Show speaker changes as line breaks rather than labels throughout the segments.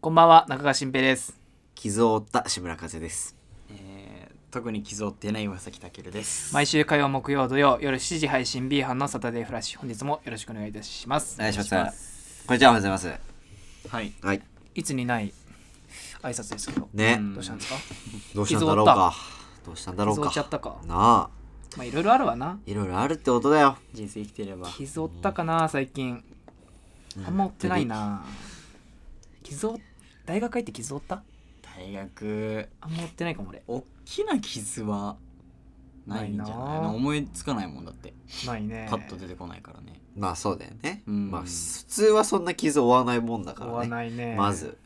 こんばんは中川新平です、
傷を負った志村風です
えー特に傷を負っていない岩崎健です。
毎週火曜木曜土曜夜7時配信 B 班のサタデーフラッシュ本日もよろしくお願いいたします
お願いしますこんにちはおはようございます
はい。
はい
いつにない挨拶ですけど
ね
うんどうしたんですか
どうしたんだろうかどうしたんだろう
傷負
か
っちゃったか
なあ
まあいろいろあるわない
ろいろあるってことだよ
人生生きてれば。
傷負ったかな最近あんま負ってないな傷を大学入って傷負った
大学、
あんま負ってないかも俺
大きな傷はないんじゃない
ないな
な思いつかないもんだって。
ないね
パッと出てこないからね。
まあそうだよね、
うん
まあ普通はそんな傷負わないもんだか
追
ら
わ
ね
ないね
まず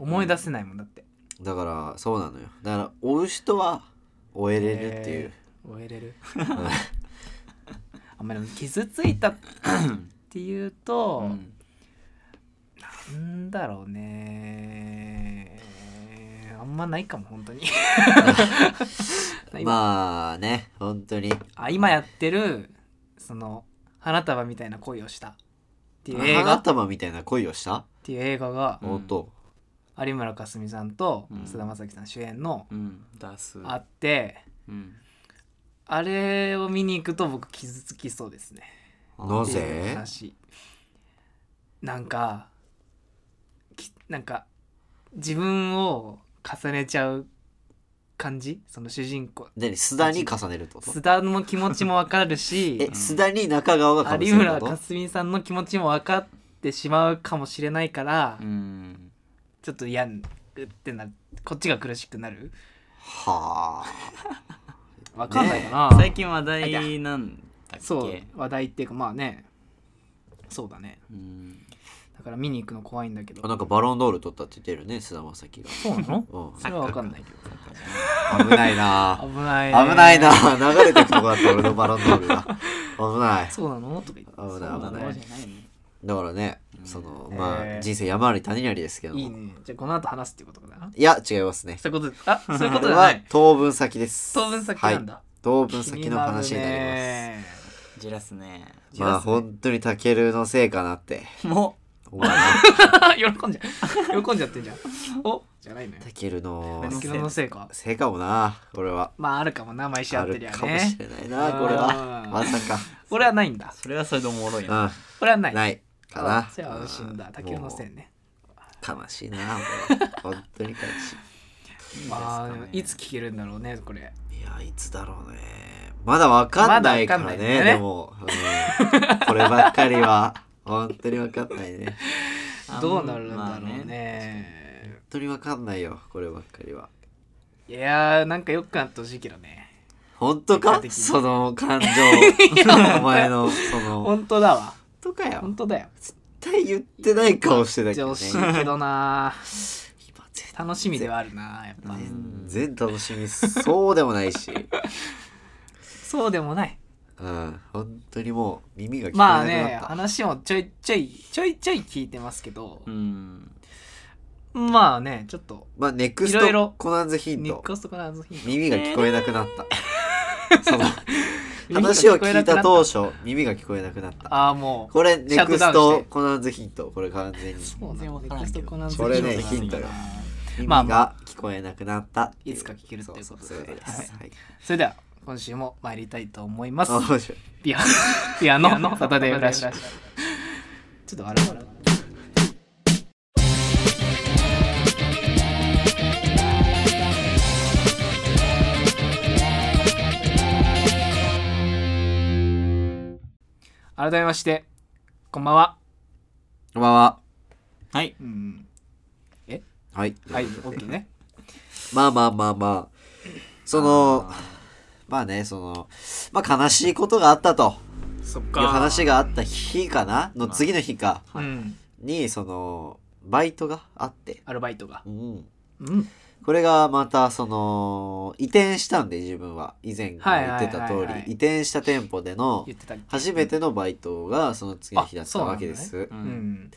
思い出せないもんだって
だからそうなのよだから追う人は追えれるっていう、
終えれる
うん
あんまり傷ついたっていうと、
うん
なんだろうねあんまないかも本当に 今、
まあね本当に
あ、今やってるその花束みたいな恋をしたっていう映画
花
っ
束みたいな恋をした、
ていう映画が
うん
本当
有村架純さんと
うん
菅田将暉さん主演の
うん。出す。
あって
うん。
あれを見に行くと僕傷つきそうですね
な
って
ぜ
いう話なんかきなんか自分を重ねちゃう感じその主人公
何須田に重ねるってこと
須田の気持ちもわかる
え
し
須田に中川が被
有
せる
村
ってこ
架
と
純さんの気持ちも分かってしまうかもしれないから、
うん。
ちょっと嫌ってなこっちが苦しくなる
はあ
わかんないかな、
最近話題なんだっけ
そう話題っていうかまあねそうだね
うん。
だから見に行くの怖いんだけど
あなんかバロンドール取ったって言ってるよね菅田将暉が、
そうなの
う
それは分かんないけど
ん、危ないな
危ないね
危ないな流れてくとこだった俺のバロンドールが危ない
そうなのとか言って
危ない
そう
そう
な
な
の
のじゃないね。
だからねそのま
えー
あ人生山あり谷ありですけども
いいねじゃあこの後話すっていうことかない
や違いますね
そういうことあそういうこ
こと
じ
れ
ゃな
はい当分先です
当分先なん
は
だ
い、当分先の話になりま
りま
じらすね。
すまあ本当にタケルのせいかなって
も
思うな
喜んじゃう喜んじゃってんじゃんおじゃないのよ
タケルの
タケルのせいか
せいかもなこれは
まああるかもな毎週
あ
会って
る
りゃ
かもし
ね
れないなこれは
うん
まさか
俺はないんだ
う、それはそれでおもろいな。
う
俺はなんい
ないかな
あじゃあ安心だタケルのせいね
悲しいな俺は本当に悲し
まあでも
いいですかね
いつ聞けるんだろうねこれ
いいやいつだろうねまだわかんないから
まだわかんないんだ
ね,、
よね
でも、うんこればっかりは本当にわかんないね
あん
どうなるんだ
ま
ろ
あ
うね
本当にわかんないよこればっかりはい
やーなんかよくなってほしいけどね
本当か
結果的に
その 感情お前のその
本当だわ
本当かよ
本当だよ
絶対言ってない顔してたけ
じゃ
どね
惜しいけどな
今絶対
楽しみではあるなやっぱ
全然楽しみそうでもないし
そうでもない
うん本当にもう耳が聞こ
まあ
えなく
ね
なった、
話もちょいちょいちょいちょい聞いてますけど
う、ん。
まあねちょっと
まあ、ネクス
いろいろ
トコナンズヒン
ネ
ト
ックストからの日
耳が聞こえなく なったその話を聞いた当初耳が聞こえなくなった
ああも
これネクス
シャットダウンし
ト
て
コナンズヒントこれ完全に
うそうね
わ
ネ
から
ク
ん
ス
け
ト
ど
コナンズ
これね
ヒント
ヒントよ耳
まあま
が聞こえなくなったってう
いつか聞けるっていうことで
そうそうそういうことですはい
それでは今週も参りたいと思います
あ面白い
ピアピアノサタデーフラッシュちょっと笑う笑う改めましてこんばんは、
こんばんは
はい。
うん、
はい
はい OK ね
まあまあまあまあそのまあねそのまあ悲しいことがあったと
そっ
い
か
う話があった日かなの次の日か
うん、
にそのバイトがあって、
アルバイトが、
うん、
うん、
これがまたその移転したんで自分は以前
はい
言ってた
は
通
いはいはい
り移転した店舗での
言ってたっけ
初めてのバイトがその次の日だったわけです。
う。
うんん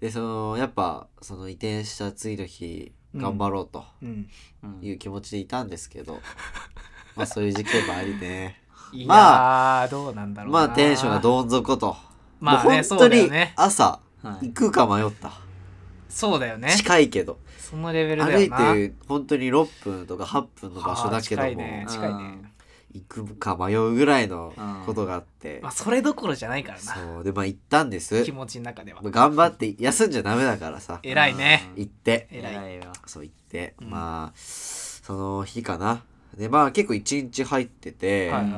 でそのやっぱその移転した次の日
うん
頑張ろうと
うん
うん
いう気持ちでいたんですけ ど、まあそういう時期もありね
いやー、
ま
どうなんだろうな
まあテンションがどん底と、
まあ
もう
ね
本
そう
当
だよ
に
ね
朝
は
行
い。
くか迷った。
そうだよね
近いけど
そのレベルだ
歩
よ
い
な
て本当に6分とか8分の場所だけど
はあ近い
も、
ね
うん
近いね
行くか迷うぐらいのことがあって、
まあそれどころじゃないからな
そうでまあ行ったんです
気持ちの中では
頑張って休んじゃダメだからさ
偉いね
行って
偉い
偉いわ
そう行って、
うん
まあその日かなでまあ結構一日入ってて、
はいはい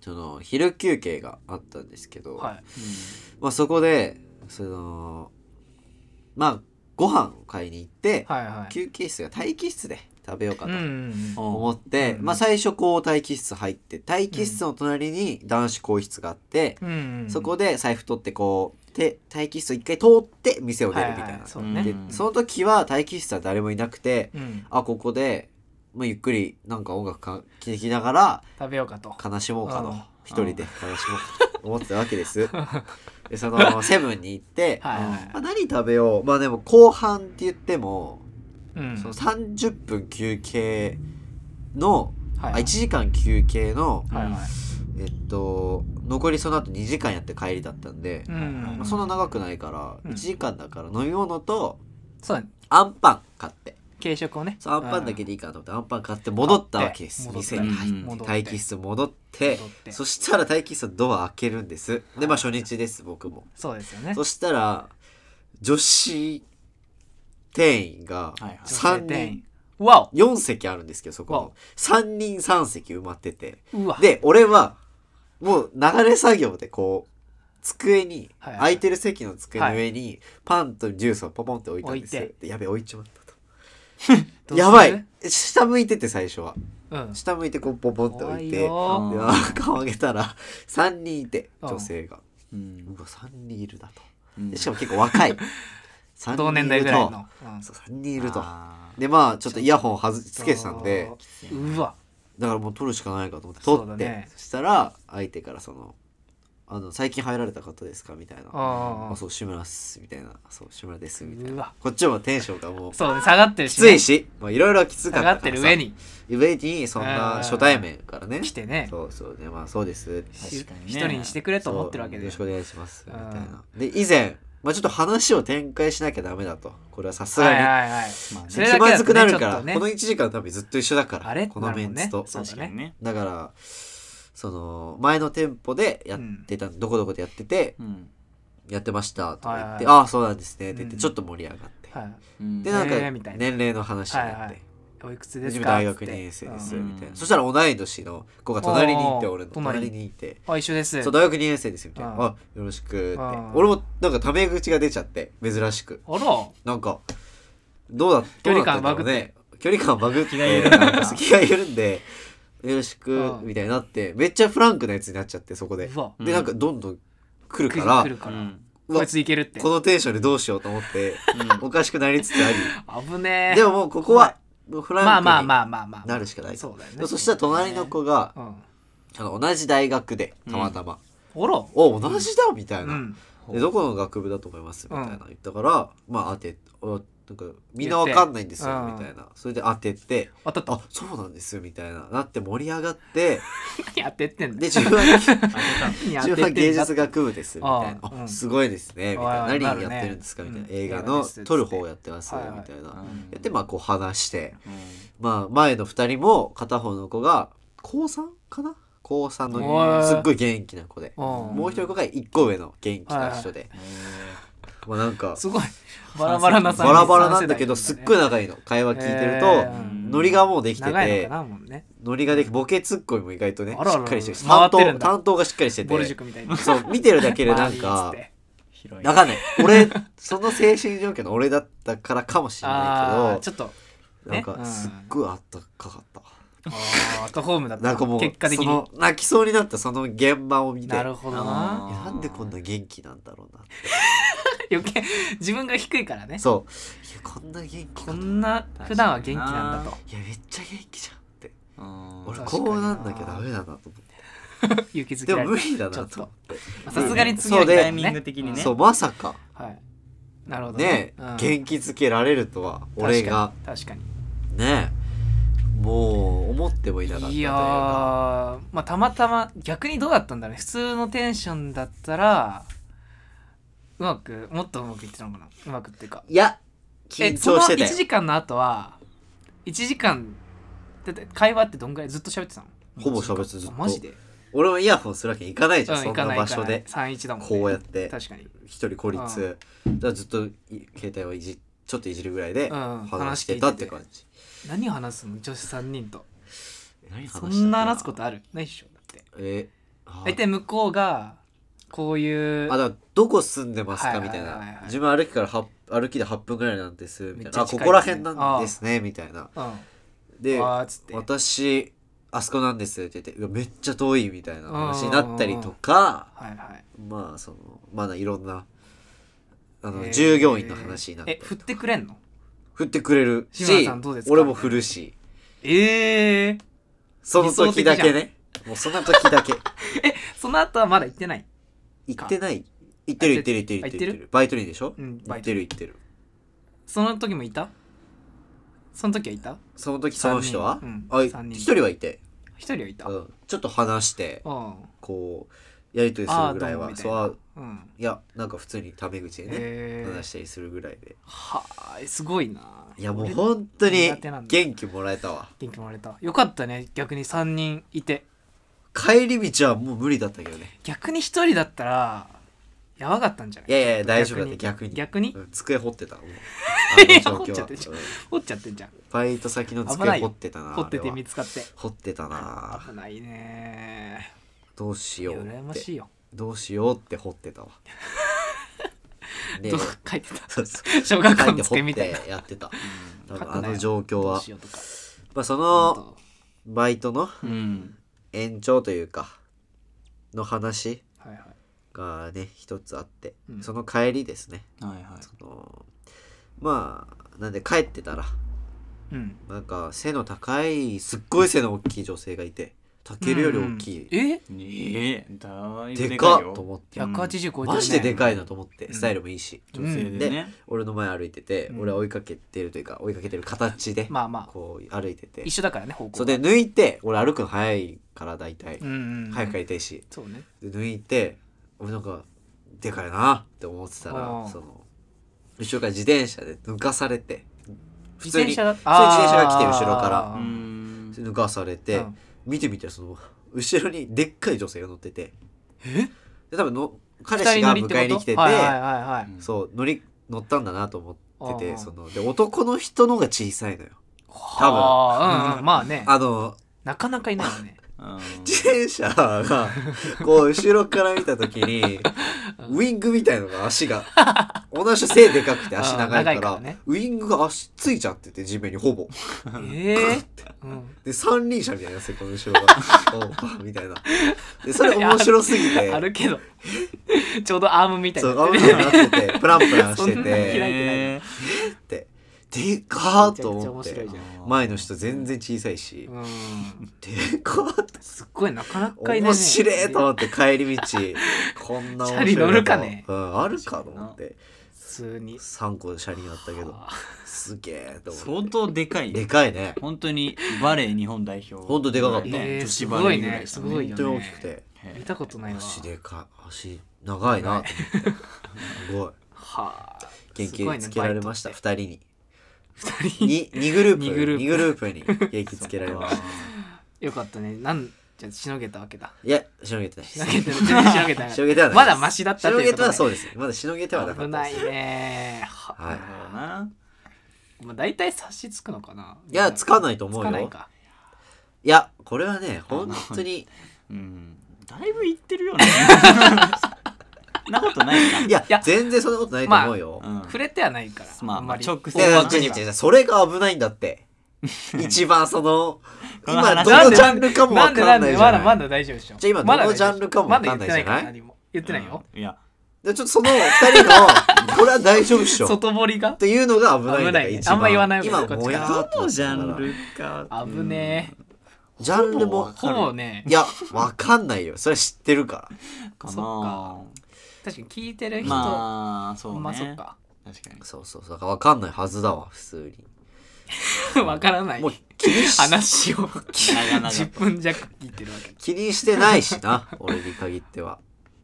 その昼休憩があったんですけど、
はい
まあ、そこでそのまあご飯を買いに行って、
はいはい
休憩室が待機室で食べようか
うん
な
う
と
ん
思って、
うん
まあ、最初こう待機室入って待機室の隣に男子更衣室があって、
うんうんうん
そこで財布取ってこう手待機室を一回通って店を出るみたいな、
ははそう
う
ね
で
ん
その時は待機室は誰もいなくて
うん
あここで、まあ、ゆっくりなんか音楽か聴きながら
食べようかと
悲しもうか
うん
と一人で悲しもうかと思ってたわけです でそのセブンに行って、
はいは
まあ、何食べようまあでも後半って言っても、
いうん
その30分休憩の、
はい
あ1時間休憩の、
はいはい
えっと残りその後2時間やって帰りだったんで、
うん
まあ、そんな長くないから、
うん
1時間だから飲み物と
そうだね
アンパン買って
軽食をね
そうアンパンだけでいいかなと思ってアンパン買って戻ったわけです
戻って
店に入って
戻って
待機室戻って
戻って
そしたら待機室のドア開けるんですでまあ初日です僕も
そうですよね
そしたら女子店員が
はいはい
女性
3
店
人
員わ
4席あるんですけどそこ
わお
の3人3席埋まってて
おうわ
で俺はもう流れ作業でこう机に
はいはい
空いてる席の机の上にパンとジュースをポポンって置いたんです
置い
でやべ置いちまったと
どうする
やばい下向いてて最初は
うん
下向いてこうポポンって
怖
置い
い
てで
よ
うん
顔上げたら3人いて
うん
女性が
うん
うわ3人いるだと
うん
でしかも結構若い三
同年代ぐらいの
そう3人いると
あー
でまあちょっとイヤホン外つけてたんで
うんうわ
だからもう取るしかないかと思って
そう
取
だ
ってそ,、
ね
したら相手からそのあの「最近入られた方ですか?」みたいな「
あー
あそう志村っす」みたいな「そう志村です」みたいう
わ
なこっちもテンションがもう
そうね下がってる
き
し
つ
ね
いしまあいろいろきつ
下
か
が
ったから
っ
さ
てる上に
上にそんな初対面からね
来てね
そうそうねまあそうです
し
確かにね
一人にしてくれと思ってるわけで
そうよろしくお願いします
う
み
ん
たいなで以前まあちょっと話を展開しなきゃダメだとこれはさす
はい
が
はいはい
まあね
そ
に
れだ
気
けだ
ま
とね
ずくなる
ちょ
か
っ
ら
とね
この1時間多分ずっと一緒だか
あ
ら
れ
このメンツと
なるもんねそうだ
確かにね
だからその前の店舗でやってた、どこどこでやってて
うん
やってましたとか言って「
はいはい
ああそうなんですね」って言って
うん
ちょっと盛り上がって、
はい
うん
でなんか
へえみたいな
年齢の話になって、
はいはいおいくつで
自
す
分
か
大学
つ
2
って
年生です
うん
ん
みたいな、そしたら同い年の子が隣にいて
おー
俺の
隣
隣にいて
あ一緒です
そう大学2年生ですみたいな
う
「
ん
あよろしく」って
うん
俺もなんかタメ口が出ちゃって珍しく
あら
なんかどうだどうだったんだろうね距離感バグって
気が緩んだ
なんか気が緩ん でよろしく
うん
みたいになってめっちゃフランクなやつになっちゃってそこで
うわ
でなんかどんどん来る
来
か
る
ら
来るから
うん
うわ
こいついけるって
このテンションでどうしようと思って おかしくなりつつあ
危ねえ
りでももうここはもうフランクに
まあまあまあまあまあ
なるしかない
そうだよ
で
ね
もそしたら隣の子が
うんあ
あの同じ大学でたまたま
ら
「お同じだ」みたいうなんでどこの学部だと思いますみたいな
うん
言ったから、まあ当ておなんかみんなわかんないんですよ
言っ
み
て
たいなそれで当てて
当たった
あそうなんですみたいななって盛り上が って
やってってんだ
で自分は
やって
自
ってん
分
だ
は芸術学部ですみたいな
あーうん
あすごいですねみ
あー
たい
な
な
る
何
ね
やってるんですかみたいな
うん
映画
映画で
の
す
撮る方やってます
は
み
いはい
たいな
うん
でまあこう話して
うん
まあ前の2人も片方の子が高3かな高3
おい
のすっごい元気な子で
うん
もう一人の子が1個上の元気な人で
へ
まあなんか
す ごいバラバラな
バラバラなんだけど
三
すっ
世代
ごい仲いいの会話聞いてると、
へー
うん
ノリがもうできて
長いの
て
かなもんね
ノリができボケツッコミも意外とね
あらあら
しっかりしてるし
回っ
担
てる
当
んだ
担当がしっかりして
ボル
て
塾みたいに
そう見て るだけでなん
周
か
りにっつって
ー広い
わかんない俺その精神状況の俺だったからかもしれ
あ
な
あ
いけ
ちょっとー
どなん
ねう
か
ん
すっごいあったかかった、
あーアットホームだっ
なん
た
かもう
結果的
そ
に
の泣きそうになったその現場を見て
なるほどな
あ
いやなんでこんな元気なんだろうなって
余計自分が低いからね
そういやこんな元気か
こと
い
んな普段は元気なんだと
やめっちゃ元気じゃんって
うん
俺
確か
こ
にな
うなんなきゃダメだなと思って。
勇気づけ
で
ら
も
れ
無
る
理だ
ちょ
な
っと
と思って
まあさすがに次
そ
は
うで
タ
タ
イ
イ
ミ
ミ
ン
ン
グ
グ
的
的にね
そうまさか
はいなるほど
ね
うん
元気づけられるとは俺が
確かに
ねもう思ってもいなか
確か
ったと
に
い
いうやー
か
まあたまたま逆にどうだったんだろうね普通のテンションだったらうまくもっとうまくいってたのかなうまくっていうか
いや、
え
緊張して
その1
て。
時間の後は1時間だって会話ってどんぐらいずっと喋ってたの
ほぼ喋ってたずっと
マジで
俺もイヤホンするわけにいかないじゃん、
うん
そ
行
ん
か
ない場所で
行。かない31だもん、ね、
こうやって、
確かに
一人孤立。だからずっとい携帯をいじ、ちょっといじるぐらいで
うん
話してたって感じ。
何話すの女子3人と
何話した
そ
か
んな話すことあるないっしょだって
え、あ
大体向こうがこういう
あだからどこ住んでます
はい
か
はい
みたい
はい
な
はい
自分歩きからは歩きで8分ぐらいなんですみたいな、
め
あ
っちゃ近いですね
ここら辺なんですねみたいな
うんあ
で
ーっつって
私あそこなんですって言ってうわめっちゃ遠いみたいな話になったりとか
はいはい
まあそのまだいろんなあ
へ
の
ー
従業員の話になっ
え
て
振ってくれんの
振ってくれる
志村
し
さんどうですか
俺も振るし
ええ
その時だけねもうその時 だけ
その後はまだ行ってない
行ってない行ってる行ってる行ってる行っ
あ行ってる
てる行ってるバイトリーでしょ
うん
行
バイ
っ
ト
てる行ってる
その時もいたその時はいた
その時その人は、
三人うん
あ
三人
一人はいて
一人はいたうん
うんちょっと話して
あ
こうやり取りす
あ
るぐらいは
ー
そう
ど
あ
うもみたいなうん
いやなんか普通にタメ口でね、
へー
話したりするぐらいで
はあすごいない
やもう
ん
本当に
苦手なんだ
元気もらえたわ
元気もらえたよかったね逆に3人いて
帰り道はもう無理だったけどね
逆に一人だったらやばかったんじゃない
いやいやいや大丈夫だった逆に
逆に
うん机掘ってたも う
いや
あの
掘っちゃってる
状況はうん
掘っちゃってんじゃん
バイト先の
危ないよ
机掘ってたな
掘って
あれ
て
は
見つかって
掘ってたな
危ないね
どうし
いや
よう
羨ま
って
しいよ
どうしようって掘っ てたわで
どう書いてた
そうそう
小 学
書
校
い
の
て掘
机
っ
みたいな
てやってた多
書く
分
な
あ
よ
の状況
どう
は
しようとか
まあそ
ほん
の
と
バイトの
うん
延長というかの話
はいはい
がね一つあって、
うん
その帰りですね
はいはい
あのまあなんで帰ってたら
うん
なんか背の高いすっごい背の大きい女性がいてタケルより大きい、
え
ええだいぶ
で
で
かっ
かい
と
よ
思って、
うん
180超えてるね
マジででかいなと思って、
うん
スタイルもいいし
女性でね
俺の前歩いてて、
うん
俺は追いかけてるというか追いかけてる形で
まあまあ
こう歩いてて
一緒だからね方向が
それで抜いて俺歩くの早いから大体、
うんうんうん
早く帰りたいし
そうね
で抜いて俺なんかでかいなって思ってた
う
ら
ん
その後ろから自転車で抜かされて普通に
だ
普通に自転車が来て後ろか
あ
ら
ー
うん
抜かされて、
うん
見てみたらその後ろにでっかい女性が乗ってて
え
で多分の彼
二
氏
人乗
が
りってこと
迎えに来てて、
はいはいはいはい
うん
そう乗り乗ったんだなと思って
あ
て
ー
そので男の人の方が小さいのよ多分
はあ うんうんまあね
あの
なかなかいないよね
あー
自転 車がこう後ろから見た時にウイングみたいのが足が同じ背でか くて足長
う
いか
ん長いから
ら
ね
ウイングが足ついちゃってて地面にほぼ
え えうん
で三輪車みたいなやつでこの後 ろがおうあみたいなでそれ面白すぎて
あるけど ちょうどアームみたい
そ
に
う
なっ
あん
てる
まりなっててプランプランして
そんなに嫌
て
い
え
ってでかー
めちゃ
と
くちゃ
思
面
っ
白
て
いじゃん
ー
前の人全然小さいし
うん
でかーって
すっごいなかなかいないね
面白えと思って帰り道こんな面白いこと
チャリ乗るかね
うん、あるかと思って
普通に
3個車輪あったけど
はあ
すげえと思
相
って
当でかいよ
でかいね
本当にバレー日本代表
本当でかかった
ね
えー
女子バレーぐらい
すごい
本
ね
当に大きくて
見たことないわ
足でかい足長いなと思ってすごい
はあ
元気つけられました、
す
2
ごいね
人に
バイトって二人
に2グループ
二グ
2グ
ルー
ルー
プ
プに元気つけられました
よかったねなんじゃあしのげたわ けだ
いやしのげてない
しのげてしのげた
しのげてはない
まだマシだった
しの
とい
げ
うこ
て
とで
はそうですまだしのげてはなか
危
った
な
で
い
す
ねは
はい
そうな
まあ大体察しつくのかない
やつかないと思うよ
つかないか
いやこれはね本当に
うんだいぶいってるよねそんなことないか
いや
いや
全然そんなことないと思うよ、
うん
触れてはないから
まあ
ん
まあ直
いやい
接
や
大
違う
枠
違
に
う
は
違うそれが危ないんだって 一番その
この
今
話
どのジャンルかも
な
分
んで
か
なん
んない
で
じゃ
まだま
ない
だ大丈夫でしょ
じゃあ今
まだ
どのジャンルかも
ま
わ
だ
かん
言っ
な
てない
いじゃ
から
ない
何も言ってないよ
うんいや
でちょっとその二人のこれは大丈夫っしょっ
外堀が
ていうのが危
危な
ないんだか
い
ら
ね
一番
あんま言わない方がいい
今もやーっ
どの
とし
ジ
た
ャ
から
ンルか
危ね
ジャンルも
えほぼね
いやわかんないよそれは知ってるから
えか
そ
な
確かに聞いてる人ま
まあそうね
あそっか
確かに
そうそうそうだからわかんないはずだわ普通
わからな
に
い
もう気にし
話を
長々
10分弱聞いてるわけ
気に してないしな俺に限っては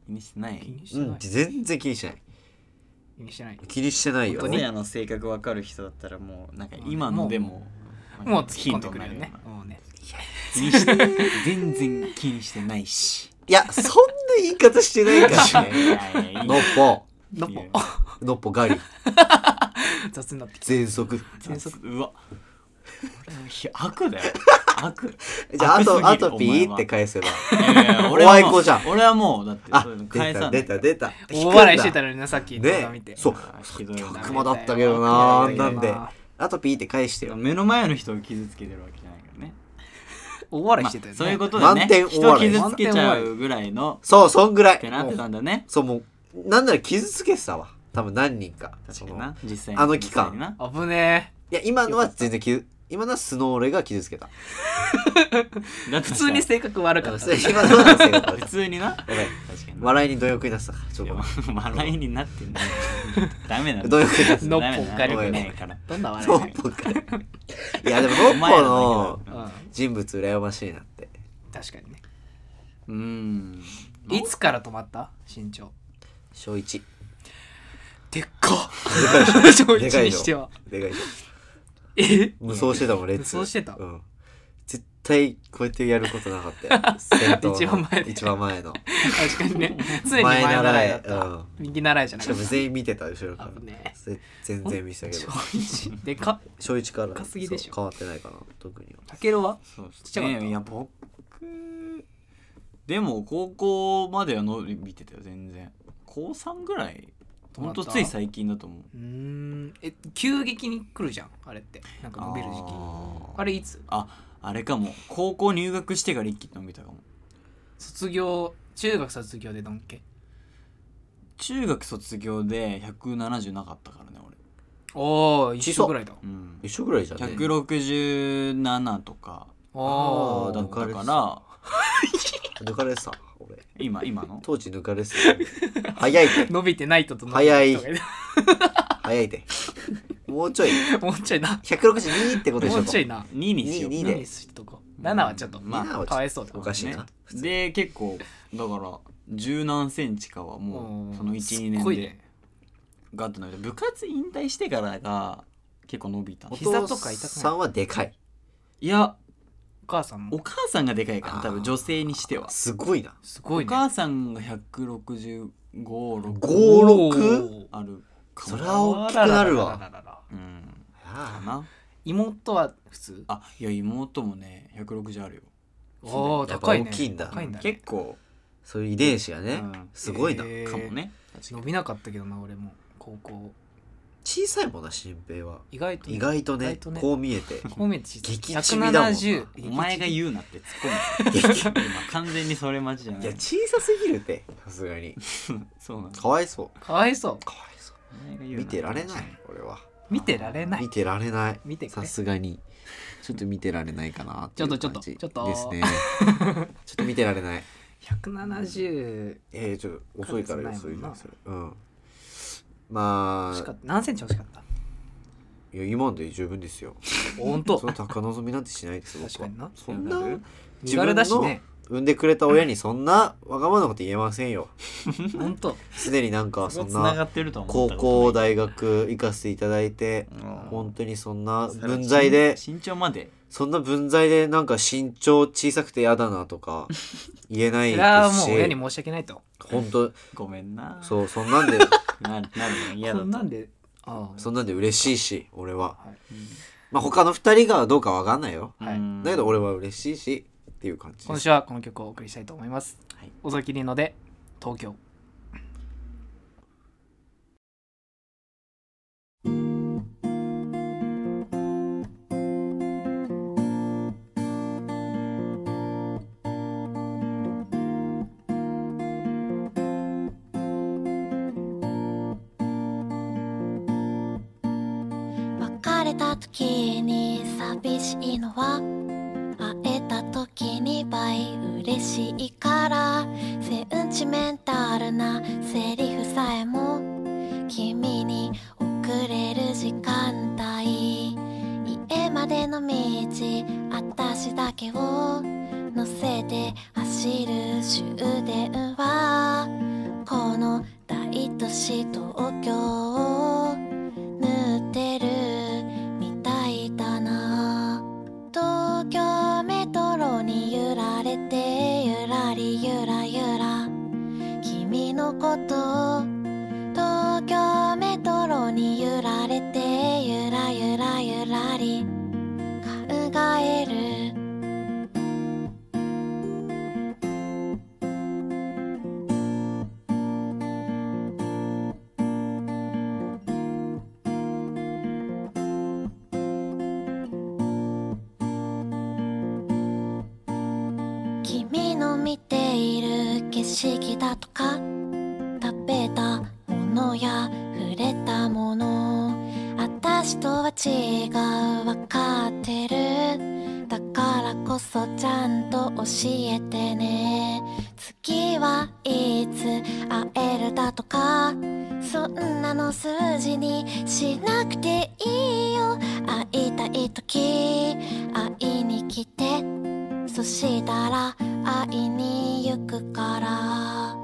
気にしてな
気
い
にし
う
てない
ん全然気にしない
気にしてない
気にしてないよ
本当
大
に
家の性格わかる人だったらもうなんか今のでも
もう
なんか
突っ込んでくるよね
ヒントになるような
もうね
気にして全然気にしてないし
いやそんな言い方してないから ねのっぽ
のっ
いいよ
ぽ
のっぽ狩り
雑になってきた
全 速
全速
うわいや悪だよ悪
じゃああ
悪すぎる
とあと
お
ピ
前
ー
は
って返 せば
いやいや俺は
お
もう
愛子じゃん
俺はもうだって
あ
そういうの
出
返さな
た
い
出た出た
大笑いしてた
ね
のになさっき動画見て
ねそう
ひどいな
100もだったけどなあんなんで
まあ
あとピーって返してよ
目の前の人を傷つけてるわけじゃないからね
大笑い
まあ
してたよね
そういうことで
満
ね
点大
人を
笑い
傷つけちゃうぐらいの
そうそんぐらい
ってなってたんだね
そうもうなんなら傷つけてたわ多分何人か
確か
そ
に
の
な実際に
あの期間
実際にな
危ね
いや今のは全然傷今のはスノーレが傷つけた
だっ
え
て
普通に性格悪かった
そう今のは正解
普 通にな
ごめん
確かに
笑いに貪欲になってたからちょっ
い
と
や
ごめん
笑いになってないダメな
貪欲になって
のっぽ
が
が
良くない
から
どんな
た
笑
ノ
いだよ
ッポか いやでも
お
ノッ
前
ポ
らだ
の
け
う
だ
ん
人物羨ましいなって
確かにね
うん
いつから止まった身長
小1
でっか小
で
一
かい
に
で
して
し
は
ょでかいでしょ
え
無双してたもん列
無双してた
うん絶対こうやってやることなかった よ先頭の
一番前で
一番前の
確かにね常に前習いだった、
前習いうん
右習いじゃな
し
か
か
っ
も
た
全員見てた後ろから
危ね
ぜ全然見てたけ
小
ど
一 でか
小1から
でかすぎでしょ
そう変わってないかな特には
たけるは
そうですね
ちっちゃかった
いや僕でも高校まではの見てたよ全然高3ぐらいほんとつい最近だと思う
うーんえ急激に来るじゃんあれってなんか伸びる時期
あ
あ
ー
れいつ
あれかも高校入学してから一気に伸びたかも
卒業中学卒業でどんけ
中学卒業で170なかったからね俺
おお一緒ぐらいだ
うん
一緒ぐらいじゃね
167とか
お
あ
だ
ー
お
ったから
抜かれてた俺
今今の
当時抜かれてた早いて
伸びてないとと伸び
早い
てる人が
早いてもうちょい
る もうちょいな
162ってことでし
も
ょ
うちょいな
2にしよう
いいね
何しとこ7はちょっと
まあ
まあかわいそうだ
おかしいな、
ねで結構だから十何センチかはもうその12
すっ
年
ごい
で
ね
ガッと伸びた部活引退してからが結構伸びた
お
お
父
膝とか痛く
さ
ない
んはでかい
いや
お母さん
お
も
母さんがでかいか
あ
ら
ー
多分女性にしては、
すごいな
すご
お
いね
母さんが
お
56?
1656
ー
あるか
そ
も
りゃ大きくな
あ
る
ららら
わ
ららら
うんか
あ
な
妹は普通
あいや妹もね160あるよ
おお
やっぱ
高いね
大きいんだ
高いんだね
結構
そういう遺伝子がね、
うん
すごいな、
へー
かもね確か
伸
に
びなかったけどな俺も高校
小さいもんな新平は
意外とね
意外と
意
ね
外とね
こう見え て
こう見えて小さい
激チビだもん
170
お前が
う
言うなって突っ込む 今完全にそれ待ちじゃないい
や小さすぎるってさすがに
そうなんだ
かわいそう
かわいそう
かわいそう
お前が言うな
見てられない俺は
見てられない
見てられない
見てく
さ
れ
すがにちょっと見てられないかなっていう
ちょっと
感じ
ちょっと
で すねちょっと見てられない
170
えー、ちょっと遅いからよ
数
そ
少ないうもんな
ういのそれうんま
欲しか
あ
った何センチ欲しかった
いや今ので十分ですよ
本当
その高望みなんてしないです僕
確か
は
にな
そんな
なる
身軽だしね
産んでくれた親にそんなわがままなこと言えませんよ
本当
すでになんか
そ
そ
こ
ん
つなが
な
ってるとは思
高
ったことない
校大学行かせていただいて
うん
本当にそんな分際で
身長まで
そんな分際でなんか身長小さくて嫌だなとか 言えない
それ
で
は
す
もう親に
し
申し訳ないと
本当
ごめんな
そうそんなん で
なるなるの嫌だ
ことんなんでああ
そんなんで嬉しいし俺は
はい
まあ他の二人がどうかわかんないよ
はい
うん
だけど俺は嬉しいしっていう感じで
今
す
週はこの曲をお送りしたいと思います
はい
小崎りので東京
別れた時に寂しいのは会えた時に倍嬉しいからセンチメンタルなセリフさえも君に送れる時間帯家までの道私だけを乗せて走る終電はこの大都市東京こと東京メトロに揺られてゆらゆらゆらり考える君の見ている景色だとか食べたものや触れたもの私とは違うわかってるだからこそちゃんと教えてね次はいつ会えるだとかそんなの数字にしなくていいよ会いたい時会いに来てそしたら会いに行くから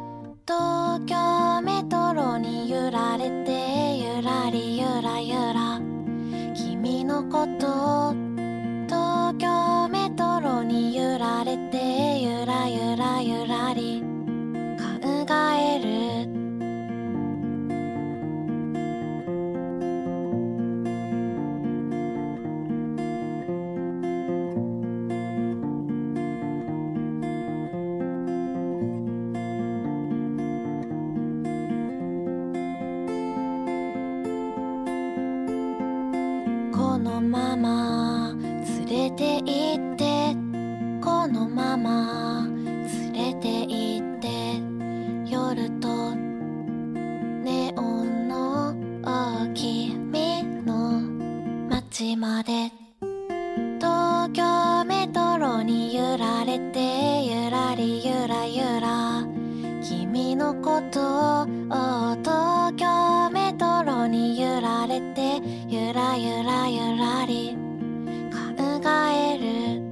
東京メトロに揺られてゆらりゆらゆら君のこと東京メトロに揺られてゆらゆらゆらり考えるこのまま連れて行ってこのまま連れて行って夜とネオンの大きめの街まで東京メトロに揺られてゆらりゆらゆら君のことを東京メトロに揺られてゆらゆらゆらり考える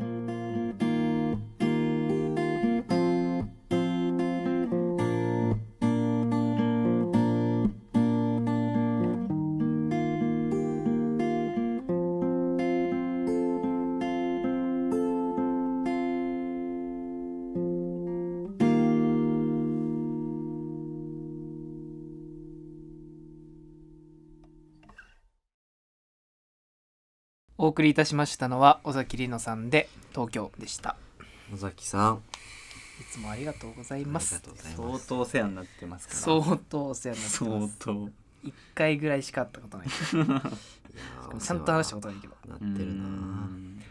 お送りいたしましたのは尾崎里乃さんで東京でした
野崎さん
いつもありがとうござい
あり
ま
が
す
とうござい
相
ます
当世話になってますから
相当お世話になって
相
ます
当
一回ぐらいしか会ったことない
いやー
ちゃんと話したことないけど
なってるな
う
ー
ん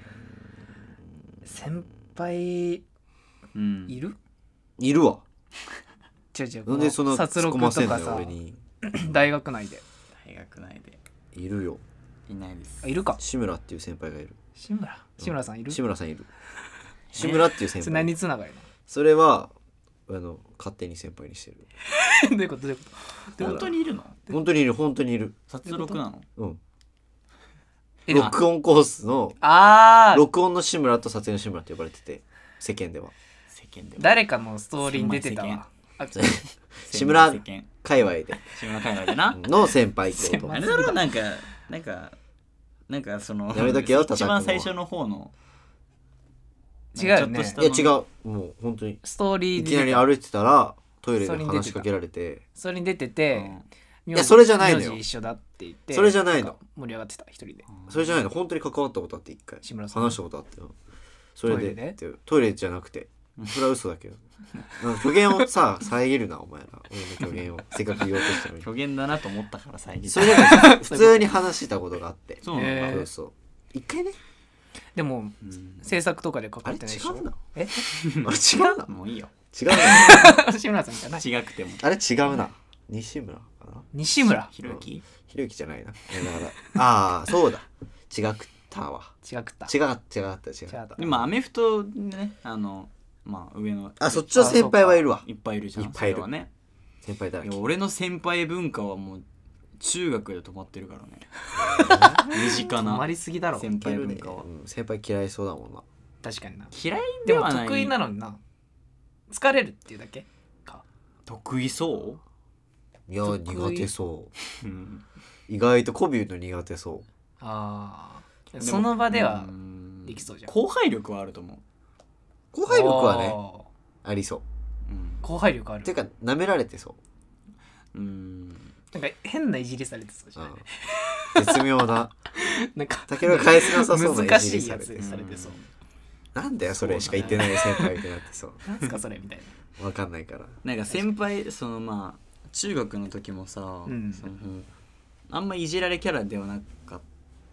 先輩
うん
いる
いるわ
違う違う
なんでそんな
殺
突
戮
っ込
と
ませんの
か
よ
さ
俺に
大学内で
大学内で
いるよ
いないです
あいるか
志村っていう先輩がいる
志村志村さんいる
志村さんいる志村っていう先
それ
輩
何つながりな
それはあの勝手に先輩にしてる
どういうことどういうこと
本当にいるの
本当にいる本当にいる
殺戮なの
うん
え
録音コースの
ああ
録音の志村と撮影の志村って呼ばれてて世間では
世間では
誰かのストーリーに出てたわあ
志村
世間
界隈で
志村界隈でな
の先輩ってこと
あれだろなんかなんかなんかその
やめとけよ
一
叩くの
番最初の方の
違うよね
なんかちょっとした
いや違うもう本当に
ストーリー
い
に
きな
出て
り
た
歩いてたらトイレで話しかけられて
ストーリーに出て
う
て
ん
名
や
字
それじゃないのよ
名字一緒だって言って
それじゃないの
んか盛り上がってた一人で
それじゃないの本当に関わったことあって一回
志村
話
さん
したことあってそれ
トイ
で
レで
っていうトイレじゃなくてそれは嘘だけどなんか虚言をさ遮るなお前ら俺の虚言をせっかく言おうとしたの
虚
に
言だなと思ったから遮った
それでも普通に話したことがあって
そうなんだ、
えー
そうそう一回ね
でも
うん
制作とかで関わってないでしょ
あれ違うな
え
あれ違うな
もういいよ
違うな
志村さんじゃない
違くても
あれ違うな西村かな
西村
ひろゆき
ひろゆきじゃないなえだからああそうだ違くったわ
違くった
違う違うった違う
違った
でもアメフトねあのまあ上の
あそっちの先輩はいるわ
いっぱいいるじゃん
いっぱいいる
それはね
先輩だら
い
け
や俺の先輩文化はもう中学で止まってるからね身近
止ま
な
りすぎだろ
先輩
ね
文化は
うん先輩嫌いそうだもんな
確かにな
嫌い
で
で
も
はない
得意なのにな疲れるっていうだけか
得意そ
いや
得意
苦手そう
う、うん、
意外と媚びの苦手そ
ああ
でも
その場では
うん
できそうじゃん
後輩力はあると思、
う後輩力はね
あ
ありそう
うん
ー後輩力あ
うて
る
か舐められてそ
うん
なんか変ないじりされてそうじゃない、
うん絶妙な。
なんか
たける返せなさそうな
難
いじ
し
り
い
さ
や
れ
つ
て
にされてそう、
なんだよ、それしか言ってない先輩みたいになってそ
なんすかそれみたいな
う。わかんないから。
なんか先輩そのまあ中学の時もさ、
ん
そのあんまいじられキャラではなかっ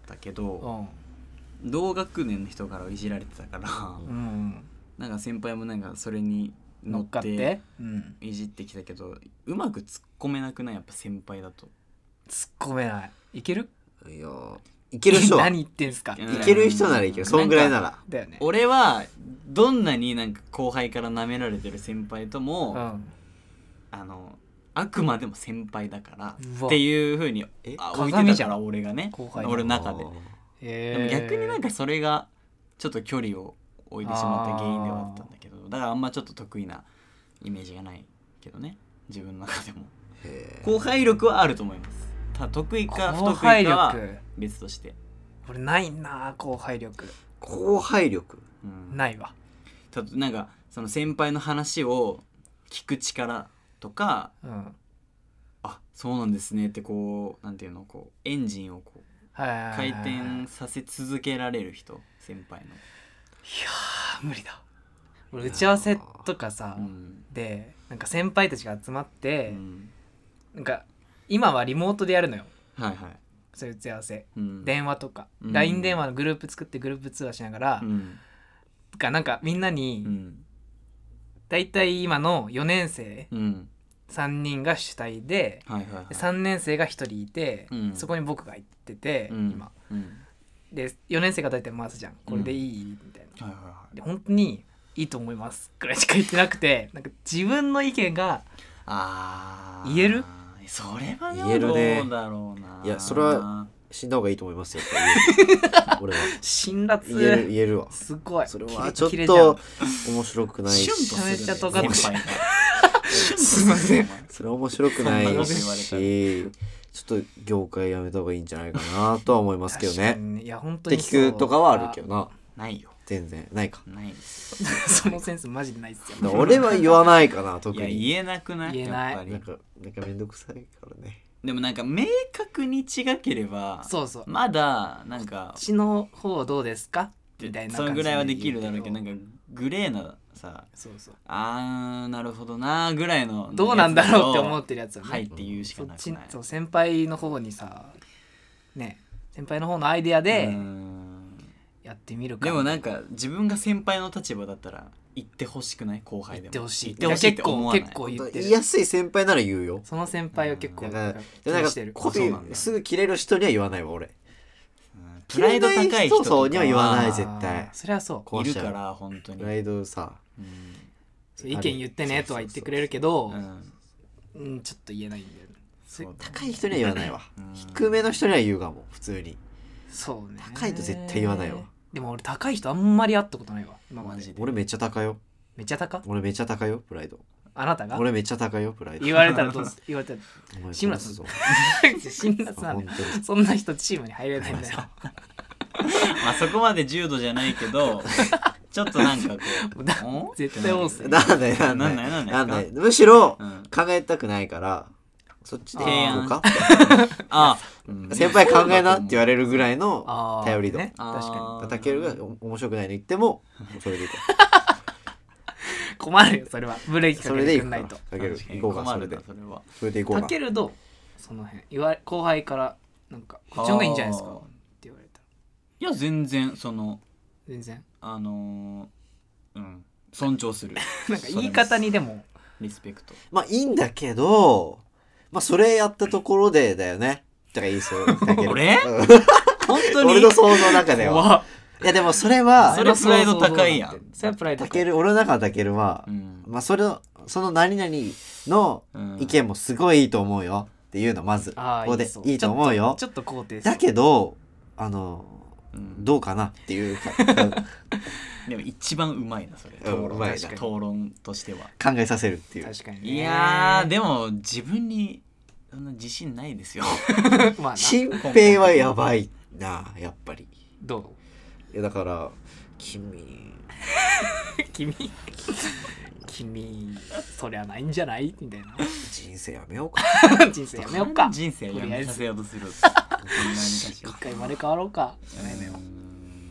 たけど、
う
同学年の人からいじられてたから、
ん、うん、
なんか先輩もなんかそれに乗
乗
っ
っかって
て
うん、
いじってきたけどうまく突っ込めなくないやっぱ先輩だと
突っ込めないいける
いやーいける人は。
何
い
言ってんすか
うん
ける人ならいける。そんぐらいなら。
だよね
俺はどんなになんか後輩から舐められてる先輩とも、
うん
あのあくまでも先輩だから
うわ
っていうふうに
え
あ置い
鏡
て
じ
た
ゃ
から
ん
俺がね
後輩の
俺の中で。でも
え
逆になん
か
かそれがちょっと距離を置いてしまった原因ではあったんだけどだからあんまちょっと得意なイメージがないけどね自分の中でも
へー
後輩力はあると思いますた得意か不
後
得
輩
意かは
力
別として、
俺ないな後輩力
後輩力。
うん、
ないわ
たなんかその先輩の話を聞く力とか
うんはい
あそうなんですねってこうなんていうのこうエンジンをこう
はいはい
回
はい
転させ続けられる人先輩の、
あ無理だ俺打ち合わせとかさ、
うん
でなんか先輩たちが集まって、
うん
なんか今はリモートでやるのよ
はいはい、
そういう打ち合わせ
うん、
電話とか、
うん
LINE 電話のグループ作ってグループ通話しながら、
うん
がなんかみんなに、
うん
だいたい今の4年生
うん
3人が主体で、
はいはいはい
で3年生が1人いて、
うん
そこに僕が行ってて、
うん
今
うん
で4年生が大体回すじゃんこれでいい、みたいな
はいはいはい
で本当にいいと思いますぐらいしか言ってなくて なんか自分の意見が
あー
言える
それは
言えるね
どうだろうない
いやそれは死んだ方がいいと思いますよ。俺は。
辛
言える、
辣
言えるわ。
すごい
それ
キレ
は
ッ
ちょっ
キレじゃん
と面白くないし
シュンとする
めっちゃ尖って
ね
る
先輩がシュンと
すいません
するよ
それは面白くない
そんなこと言われた
しちょっと業界やめた方がいいんじゃないかなとは思いますけど
確か
ね。
にいや本
っ
当
て
に
聞くとかはあるけ
ど
どな
お前ないよ
全然ないか
ないです
そのセンスマジでないっすよ
だから俺は言わないかな特
いや
に
言えなくない
言えない
やっぱり
なんかなんかめんどくさいからね
でもなんか明確に違ければ
そうそう
まだなんか
こっちの方どうですかみたいな
そ
感じ
のぐらいはできるだろうけどな
言
んかグレーなさ
そうそう
あーなるほどなーぐらいの
どうなんだろうって思
や
っ
つ
てるやつ
だ
は
と
ね、
はいって言うし
そ
か
っ
なく
ち
ない
そう先輩の方にさね先輩の方のアイデア
う
で
ん
やってみるか
でもなんか自分が先輩の立場だったら言ってほしくない後輩
言
でも
ってほしい
言ってほしいって
結構
思わない
結構言
本
っ
当
て
言い
る
やすい先輩なら言うよ
その先輩は結構
だ
な
か
んから気
なん
に
か
してる
コピ
そうなんだ
ーすぐ切れる人には言わないわ俺
うんプライド高い
嫌
人とか
いな人には言わない
あー
絶対
それはそう
壊
い
し
る
ちゃう
から本当に
プライドさ
うん
そう意見言ってねとは言ってくれるけど
うん
うんちょっと言えないんだよねそれ
そうだね
高い人には言わないわ
うん
低めの人には言うかも普通に
そうね
高いと絶対言わないわ
でも俺高い人あんまり会ったことないわ今ま
マ
で
ジで
俺めっちゃ高いよ
めっちゃ高
俺めっちゃ高いよプライド
あなたが
俺めっちゃ高いよプライド
言われたらどうす言われたら
お前
志村
殺すぞ
辛辣なんだ
本
よ
当に
そんな人チームに入れないんだよ
まあそこまで重度じゃないけどちょっとなんかこう
だ
お
絶対多すぎる
なんだよ
な
なんん
な
だ
い
よ
なんない
なんだよむしろ
うん
考えたくないからそっちで
提
行こ
案
うか
あ
先輩考えなって言わ
れ
れるぐらい
あ
の
ー
頼り度
ね確か
たけるがお面白くないの言ってもそれで行こ
に困るよそれはブレーキ
う
か
そ
け
れで
て
行
くん
く
な
か
い
ら
と
たける行こうかそれで
それは
それで行こう
た
か
けるどうその辺言わ後輩からなんかこっちの方がいいんじゃないですかって言われたら
いや全然その
全然
あのーうん尊重する
なんか言い方にでも
リスペクト
まあいいんだけどまあそれやったところでだよねだからい いそうたける
俺
うん
本当
俺
に
の想像の中では
わ
いやでもそれは
それプライド高いやん
それはプライド
た
高
け
い
る俺の中のたけるは
うん
まあそれのその何々の
うん
意見もすごいいいと思うよっていうのまずこ
あ
こ
あ
でいいと思うよ
ちょっとちょっと肯定する
だけどあの
うん
どうかなっ ていうか考
でも一番うまいなそれ
ん
討論
うまいな
確かに討論としては
えさせるっていう
確かにね
いやーでも自分にそんな自信ないですよ
まあな
新平はやばいなやっぱり
ど
いやだから君
君君そりゃないんじゃないみたい な
人生やめようか。
人生やめよっか
人生をやめさせようとする。
一回生まれ変わろうか
やめよ。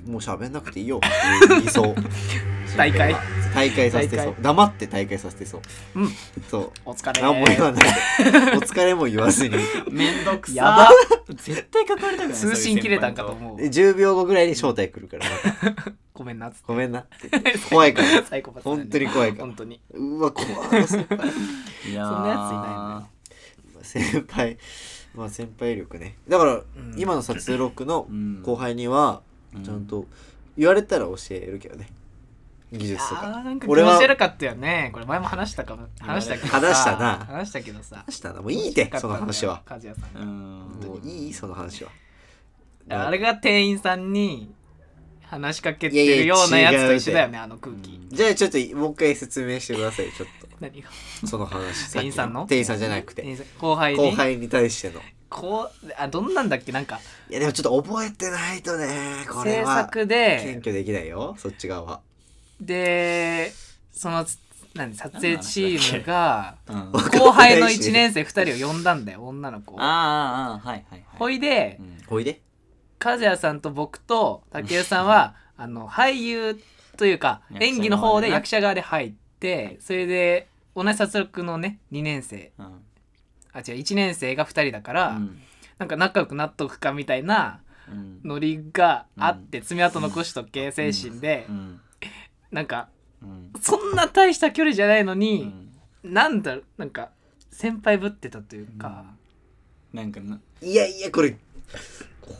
もう喋んなくていいよ。理想。
大会
大会させてそう
大。
黙って大会させてそう。
うん
そう。
お疲れ
何も言わない。お疲れも言わ ずに。
めんどくさ。
やば
絶対関わりたくない。
通信切れたんかと思う
で10秒後ぐらいに招待来るから、また
ごめんなっつっ
ご めんなって。怖いから
て。サイコパスだね
本当に怖いから
本。当に
うわ、怖い。先輩。
ういう先輩。いやー
そんなやついないんだよ
先輩。まあ先輩力ね。だから、
ん
今の撮録の
うん
後輩には、
うん
ちゃんと言われたら教えるけどね。技術と
あ
か。
ーなんか気
俺は
持ち悪かったよねこれ前も話したかも話したけどさ
話したな
話したけどさ
話したな。もういいって、その話は。
梶谷さんが
うん。
本当にいいその話は。
あれが店員さんに話しかけてるようなやつと一緒だよねあの空気
じゃあちょっともう一回説明してください、ちょっ
何が
と。その話。
店員さんの
店員さんじゃなくて
店。員さん後輩に
後輩に対しての
こうあどんなんだっけなんか
いやでもちょっと覚えてないとねこれ
制
は
作
謙
で
虚できないよそっち側は
でそのつ何撮影チームが
うん
わかんないし
後輩の1年生2人を呼んだんだよ女の子を
あーあー、あーはいはいはい。
ほいで
うん
おいで
和也さんと僕と武井さんはあの俳優というか
役者側でね
演技の方で役者側で入ってそれで同じ殺戮のね2年生
うん
あ違う1年生が2人だか
う
ら、
ん
なんか仲良くなっとくかみたいな
うん
ノリがあって、爪痕残しとけ精神で、
うん
なんか
うん
そんな大した距離じゃないの
う
に、
ん
なんだろなんか先輩ぶってたというか、
なんかな、
いやいやこれ怖い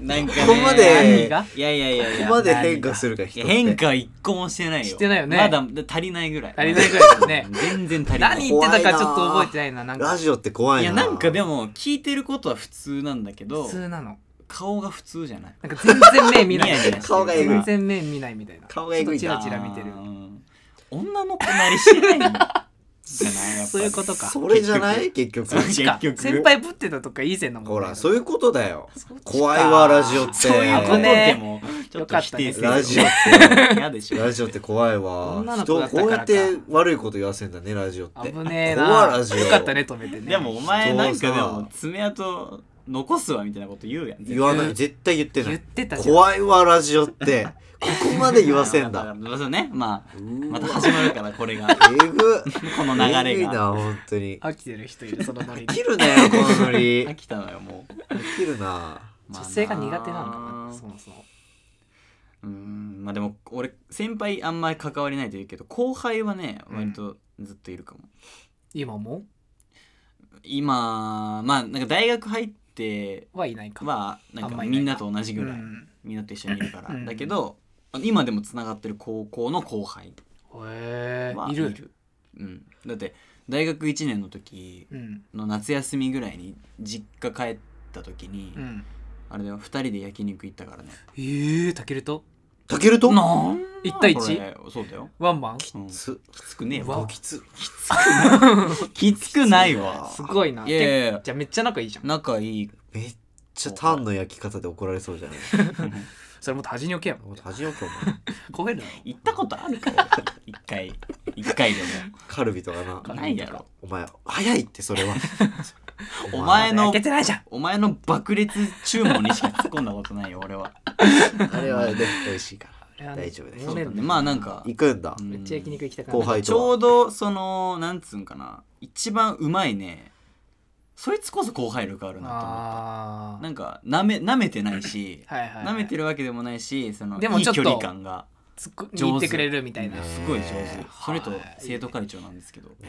なんかね
ここまで
何が
いやいやいやい
な
や
ここまで変化するから
い
人っ
や
て
変化一個もしてないよ
してないよね
まだ足りないぐらい
足りないぐらいだね
全然足りない
何言ってたかちょっと覚えてないななん
ラ
か
ジオって怖い
い
な
やなんかでも聞いてることは普通なんだけど
普通なの
顔が普通じゃない
なんか全然目見
ニ
な
ヤニヤし
い
てる
顔がえぐい
全然目見ないみたいな
顔がえぐいな
ちょっとチラチラ見てる
うん女の子なりしてないんじゃないやっぱ
そういうことか
それじゃない結局
そう
しか
結局
先輩ぶってたとか以前のもんね
ほらそういうことだよ
っちか
怖いわラジオって
そういう
こ
ことと
で
ね
もちょっ
よ
と
か
否
ったね
定する
ラジオっ
嫌でしてょ
ラジオって怖いわ
女の
人
子
を
だった
こう
か
や
らか
って悪いこと言わせんだねラジオって
危ねえ
怖い
な
ラジオ
よかったね止めてね
でもお前なんかで
人を
も
さ
爪痕残すわみたいなこと言うやん
言わな
言
いう絶対言ってな
言っ
い
てたじゃん
怖いわラジオってここまで言わせんだ
まあねまあ
うわ
また始まるからこれが
え ぐ
この流
えぐ
れ
いな
が
本当に
飽きてる人いるそのノリに
切るねこのノリ
飽きたのよもう
切るな
ま
女
あな
性が苦手なのかなそもそも
うーんまあでも俺先輩あんまり関わりないと言うけど後輩はね
うん
割とずっといるかも、
今も
今まあなんか大学入って
はいないか
はなん
あん
か
まいない
み
か
んなと同じぐらい、
うん
みんなと一緒にいるから、
うん
だけど今でもつながってる高校の後輩
へえ
はいい
る
るうん、だって大学1年の時
うん
の夏休みぐらいに実家帰った時に、
うん
あれだよ2人で焼肉行ったからね
ええたけると
たけると
なん
一対一
これそうだよ、
ワンマン
うん、き
つ
つくねえ
う
わ
わ
きつ
きつくないわ
すごいない
やいやいや
じゃあめっちゃ仲いいじゃん
仲い い
めっちゃタンの焼き方で怒られそうじゃない
それもっと端に置けよ
もう恥じようかお前
超えるの
行ったことあるから 一回一回で
カルビとかな
もないやろ
お前早いってそれは
お前の
焼けてないじゃん
お前の爆裂注文にしか突っ込んだことないよ俺は
あれはね美味しいから大丈夫です
そうだね
まあなんか
行くんだ
うん
めっちゃ焼肉行きたくな
後輩
ちょうどそのなんつうんかな一番うまいねそいつこそ後輩力あるなと思っ
あ
た
あ
なんかなめなめてないし
はいはい
なめてるわけでもないしその
でもちょっと
いい距離感が
つっこ
上手
似てくれるみたいな
ね
すごい上手
え
それと生徒会長なんですけど
で
ね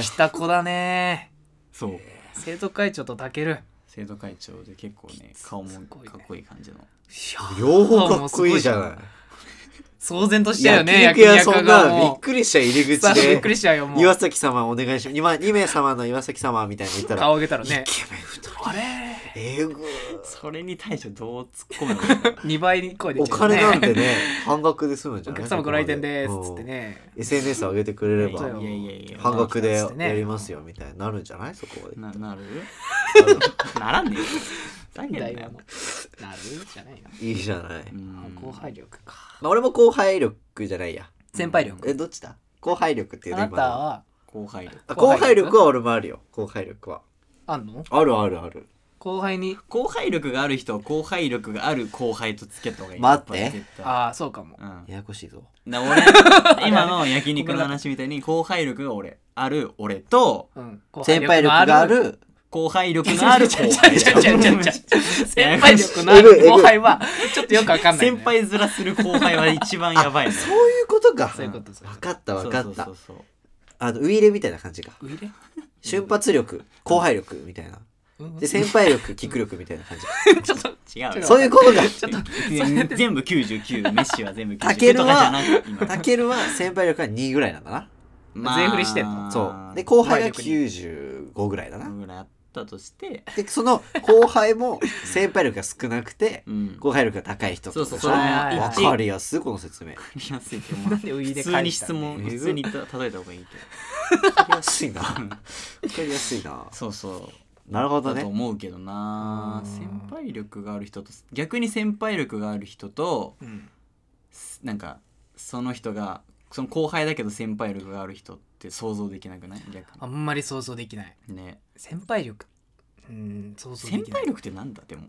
え
きた子だね
そう
生徒会長とたける
生徒会長で結構ね顔もかっこいい感じの
両方かっこいいじゃ
もう
な
騒然とし
い
ちゃうよね
焼肉屋そん
が
なびっ
も
くりした入り
うさ
口
あ
で
びっくりしちゃうよも
岩
う
崎様お願いします今2名様の岩崎様みたいなの言ったら
顔上げたらね
イケメン二人
あれ
えぐー
それに対してどう突っ込むの
2倍に 声出
お
ちゃう
金なん
ね
てね半額で済むんじ ゃ
お
ない
客様ご来店ですっつってね
うん SNS 上げてくれれば
そうよ
いやいやいや
半額で
そうですね
やりますよみたいになるんじゃないそこまで
ななる
うん
ならんねえよ。何や
だ
ん
い
だ
ぶ
よ
の。なるじゃないよ。
いいじゃない、
うん
後輩力か。
まあ、俺も後輩力じゃないや
先輩力。
えどっちだ後輩力っていう
あ
の
な
今
た
の
は
後輩力
あ後輩力は俺もあるよ後輩力は
あんの
あるあるある
後輩に。
後輩力がある人は後輩力がある後輩とつけた方がいい
待って
やぱり絶対
ああ、そうかも。
うん、
ややこしいぞ
だ俺 今の焼肉の話みたいに後輩力が俺ある俺と
うん。後輩
先輩力があ。る
後輩力がある後
ちゃうちゃ
輩
うちゃうちゃうちゃうちゃう先輩力のあ
えぐいえ
る
ぐい
後輩は、ちょっとよくわかんないん
先
だよ。
輩面する後輩は一番やばいね
そういうことか
そういうことそういう
分
こ
かった分かった
そうそうそう
あのウイイレみたいな感じか
と。ういれ
瞬発力後輩力みたいな
うん
で先輩力キック力みたいな感じか
ちょっと、
そう違うよ
そういうことか
ちょっと、
全部99メッシは全部
タケ
99
ル
とかじ
は
ゃ ない今
タケルは先輩力は2ぐらいなんだな
全振りしてんの
そうで後輩が95ぐらいだ
こ
な
のぐらいあったとして、
でその後輩も先輩力が少なくて
うん、
後輩力が高い人ってこと
そう
でし
そ
ょ
う
それ
わ
一
かりやすいこの説明わか
りやすいけ ど
なんでウイで
普
返した
通に質問
えぐ
普通にた例えた方がいいけど
りやすいなわかりやすいな
そうそう
なるほど
だと
ね
思うけどな
うん
先輩力がある人と逆に先輩力がある人と
うん。
すなんかその人がその後輩だけど先輩力がある人って想像できなくない逆
あんまり想像できない。
にね
先輩力。うん、想像で
先
きない
輩。力ってなんだ でも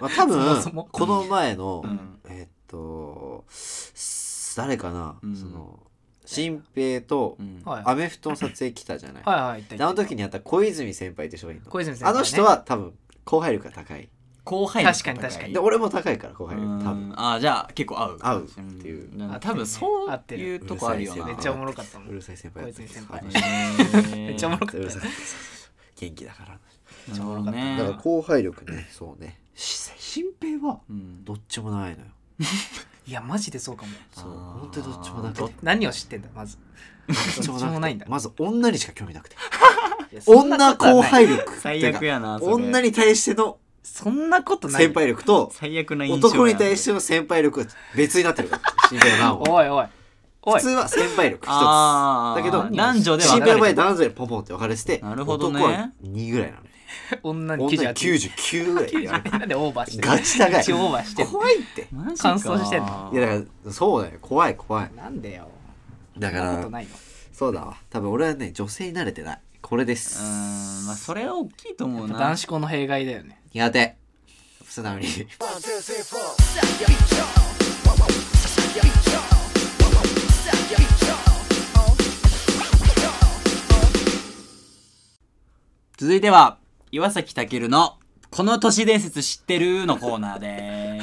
まあ多
そもそ
分
も
この前の
うん
えっとす誰かな
うん
その新平と
うん
はい
アメフトの撮影来たじゃない
はいはい、言った
で
言
あ
っ
の時にあった小泉先輩って人がいる
た
の
小泉先
あ
輩ね
の人は多分後輩力が高い
後輩力
確かに確かに
で俺も高いから後輩
うん
力多分
あーじゃあ結構合う
合うっていうん
合ってるね
多分そ
合って
う
る
いうとこあるよ
う
な
め
るさい
っちゃおもろかったも。
うんるさい先輩だった
小泉先輩
はい
めっちゃおもろか
う
っ
る
た
さ
よ
い。元気だから
なるほどね
だから後輩力ねそうねし新平は
うん
どっちもないのよ
いや、マジでそうかも。
そう
あー
本当にどっちもなくて
何を知ってんだ、まず。
どっち
どっちもないんだ
まず女にしか興味なくて
いやそんな
女
ことは
後
ない
輩力
最悪やな
てか
それ
女に対しての
そんなことない。
先輩力と
最悪な印象やな
男に対しての先輩力が別になってるから新平はな
おいおい。 お
普
い
通。は先輩力一つ
あー
だけど
男女で
新
分
平の
か
場合
れて
男女でポンポンって分かれてて
なるほどね
男は2ぐらいなのね
女に
女に
98。
99ぐらいいや
なんでオーバーしてる
ガチ高い
一応オーバーしてる。
怖いって
マジ
乾燥してんの
いやだからそうだよ怖い怖い
なんでよ。
だか
そんなこ
ら
とないの。
そうだわ多分俺はね女性に慣れてないこれで
う
す
ーんまあそれは大きいと思うな
男子校の弊害だよね。
苦手素直に
続いては岩崎健の「この都市伝説知ってる?」のコーナー でー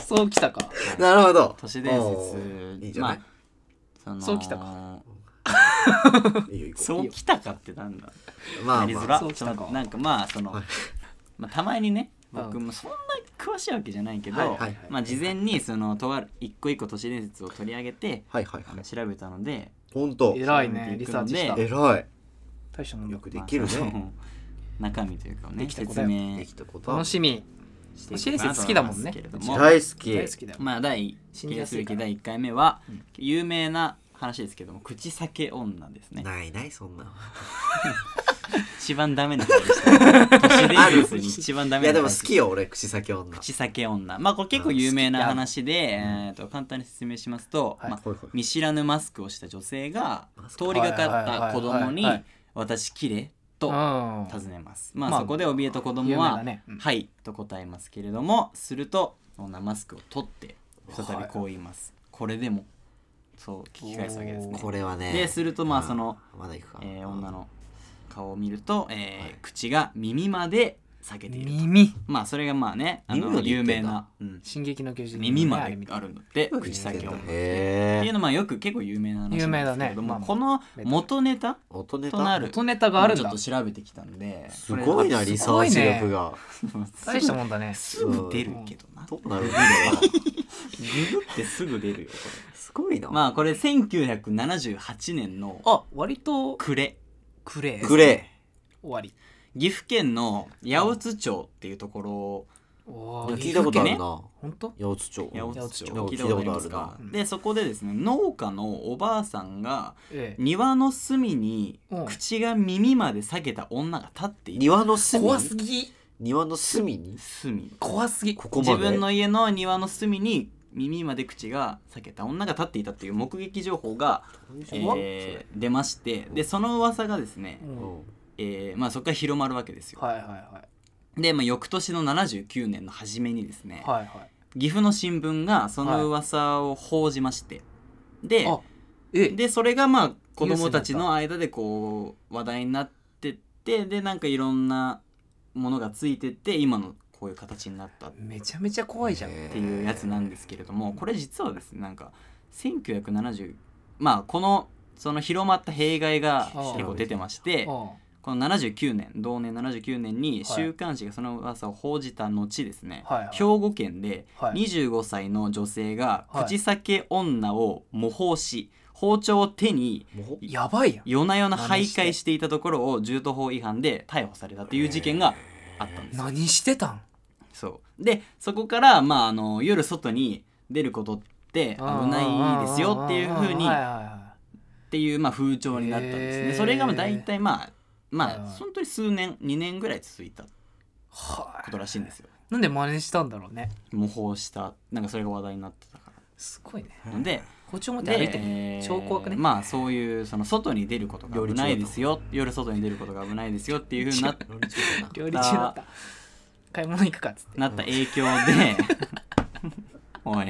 す
そうきたか。
なるほど
都市伝
お
説
ーいいじゃない、
まあその
そうきたか
いいよいいよ
そうきたかってなんだ
ま
や
あ
りづ
ま
ら
あ
そうきたか
そのなんかまあその、
はい
まあ、たまにね
うん
僕もそんな詳しいわけじゃないけど、
はいはいはい
まあ、事前にそのとある一個一個都市伝説を取り上げて、
はいはい
あ
は
の
い
調べたので
本当
偉いね。リサーチした
え。
偉
大したもん
い
だ
よくできる
まあそ
ね
の 中身というかをね
できたこと
説
だよ
明
できたこと
楽しみ。
して
都
い
市
こう
伝
かな
説好きだも
と思いま
ん
す
ね
けれ。ど
う
も
ち
大好き
大好きだよ。
まあ第記
信じ
念
や
す
すい
べ
か
き
ら
第1回目は、
うん
有名な話ですけども口裂け女ですね
ないないそんなの
一番ダメな話でした都 市伝説に一番ダ
い
メ
や
な
で
話
も好きよ俺口先女
口裂け女まあこれ結構有名な話で、えー、と簡単に説明しますと、
はい
まあ、
ほいほい
見知らぬマスクをした女性が
マスク
通りがかった子供
はいはい
に
はいはい
「私綺麗
う
と
ん。
尋ねます、ま
ま
あ
あ
そこで怯えた子供
有名
は
だねう
「
ん
はい」と答えますけれどもすると女マスクを取って再びこう言います、これでもそう聞き返すわけですね
これはね
でするとまあその、
うんまだ行くか、
えー女の顔を見ると、えー口が耳まで裂けていると
耳。
まあそれがまあねあ
耳ま
の
で言
有
って
名
んだ
な、うん
進撃の巨人。
耳まで
みたい
あ
な
るんだって口
口
先
先
を
女
って
へ
いう
え
のまあよく結構有名な話なんですけれども、
有名だね
この元ネタ
音ネ
とな
タ
る
元ネタがあるん
ちょっ
だ
と。調べてきたんです
ごいなリサーチ力が、
大したもんだね。
すぐ出るけどな。
どうなるんだろう
ググってすぐ出るよ。こ
すごいな、
れまあこれ1978年の
あ、割と
暮れ
クレー。
くれ
終わり。
岐阜県の八百津町っていうところを
おー
聞いたことあるな、
本当
八百津町
八百津町
なんか
聞
聞
い
い
た
た
こ
こととあ
あり
るな
ますか
うん
でそこでですね農家のおばあさんが
ええ。
庭の隅に
うん
口が耳まで下げた女が立っている
庭の隅
怖すぎ。
庭の隅に
隅
怖すぎ
ここまで
自分の家の庭の隅に耳まで口が裂けた女が立っていたという目撃情報が、えー出ましてでその噂がですね
う、
うんん
えーまあ、そこから広まるわけですよ、
はいはいはい
で、まあ、翌年の79年の初めにですね、
はいはい
岐阜の新聞がその噂を報じまして、で
あえ
でそれがまあ子供たちの間でこう話題になってってでなんかいろんなものがついてって今のこういう形になったっ
めちゃめちゃ怖いじゃん、
ね
ていうやつなんですけれどもこれ実はですねなんか1970まあこのその広まった弊害が結構出てまして
うん
この79年同年79年に
はい
週刊誌がその噂を報じた後ですね、
はいはい
兵庫県で
はい
25歳の女性が
はい
口裂け女を模倣し包丁を手に
も
やばいやん
夜な夜な徘徊していたところを銃刀法違反で逮捕されたという事件があったんですよ
何してたん
そうでそこから、まあ、あの夜外に出ることって危ないですよっていうふうに
はいはい
っ
は
ていう、まあ、風潮になったんです
へ
ね
ー
それがまあ大体まあ
はい
ま
は
あ
い
本当に数年2年ぐらい続いた
いは
ことらしいんですよ
いなんで真似したんだろうね
模倣したなんかそれが話題になってたか
すごいね
らなので
包丁持って
で
歩いてる超怖くね、
まあそういうその外に出ることが危ないですよ夜外に出ることが危ないですよっていうふうになった
料理中だった買い物行くかっつって
なった影響でおい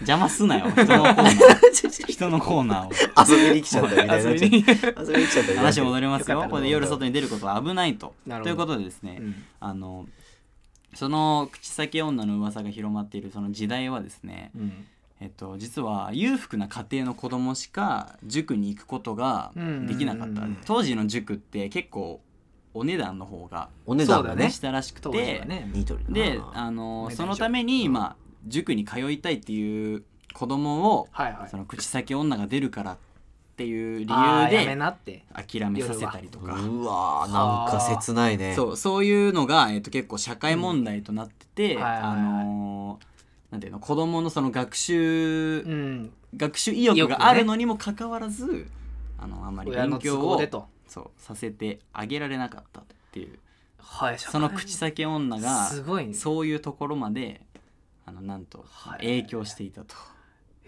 邪魔すなよ人のコーナー人のコーナーを
遊びに来ちゃったみたいになっちゃ
遊びに
う遊びに来ちゃったみたいになっち
話
ゃう
戻ります
よか
よ
った
これで夜外に出ることは危ないと
なるほど
ということでですね、
うん
あのその口先女の噂が広まっているその時代はですね、
うん
えっと、実は裕福な家庭の子供しか塾に行くことができなかっ
うんうん
た、
うんうん
当時の塾って結構お値段の方が
お値段が
そうだ
ね
ね
したらしく
当時
て、
はね
ニトリ
で
あ
あの
お値段以上
そのために、まあ、塾に通いたいっていう子供を、
はいはい
その口先女が出るからっていう理
あ
由
ーやめ
で
なって
諦めさせたりとか。
うわーなんか切ないね
そうそういうのが、えっと結構社会問題となってて、
うんはいはいはい
あのーなんていうの子供のその学習
うん
学習意欲があるのにもかかわらず、あのあまり
親の
勉
都
強
合
を
でと
そうさせてあげられなかったっていう
はい
その口先女が
すごいね
そういうところまであのなんと
はい
影響していたと、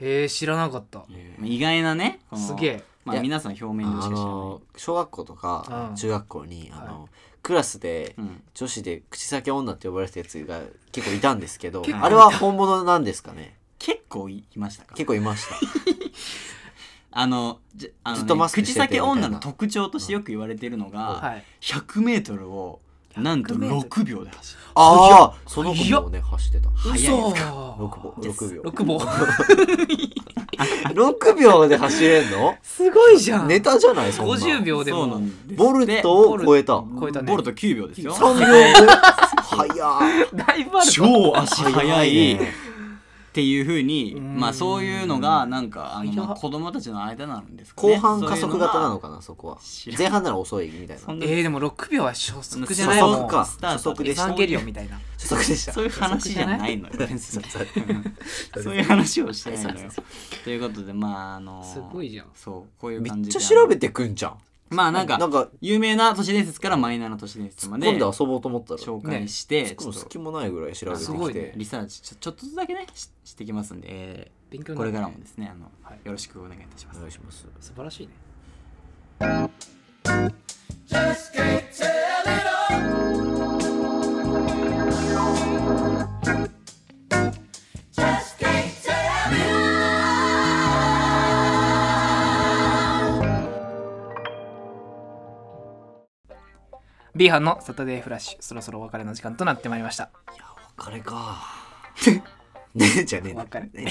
へえ知らなかった
まあ意外なねこの
すげえ
ま
い
あ、
や
皆さん表面でし
あ
か知らない、
の小学校とか
うん
中学校にあ
は
のクラスで
うん、
女子で口先女って呼ばれてたやつが結構いたんですけど
結構いた
あれは本物なんですかね
結構いましたか
結構いました
あのじゃあのね
ずっとマスクして
口
てみたい
先
な
女の特徴としてよく言われてるのが、
はい
100m をなんと
100m
6秒で走る
ああその子もね走ってた
早いですか
六歩六秒
六秒
6秒で走れんの
すごいじゃん
ネタじゃないそんな
50秒で
そうな
も
んです
ボルトを超えた
超えたね
ボルト9秒ですよ
3秒で早っ
だいぶあるぞ
超足速いっ
ね
ていうふうに
うん
まあそういうのがなんかあの
早っ
まあ子供たちの間なんですかね
後半加速型なのかなそこは
知らん
前半なら遅いみたいな
そんな
えーでも六秒は初速じゃ
初
ないも
速
ん
か
スタート
初速
エ
で
ヴァ
し
ンゲリオンみたいな
初速でした
そういう話じゃないのよ別に
そう
うんそういう話をしてないの
そう
よということでまああの
すごいじゃん
そうこういう
め
感
っ
じ
ち
で
ゃ調べてくんじゃん
まあなん
な
か
んか
有名な都市伝説からマイナーな都市伝説まで
今度遊ぼうと思ったら
紹介してち
少
ょ
も
っと
隙もないぐらい調べて
す
き
ごい
て
ね
リサーチちょちょっとずつだけねししてきますんで、え
勉強
ー
に
こ
な
れ
る
からもですねあの、
はい
よろしくお願いいたします
お。願いします
素晴らしいねビーハンのサタデーフラッシュそろそろお別れの時間となってまいりま した
お別れかねじゃねえ
お
な
別れ
ね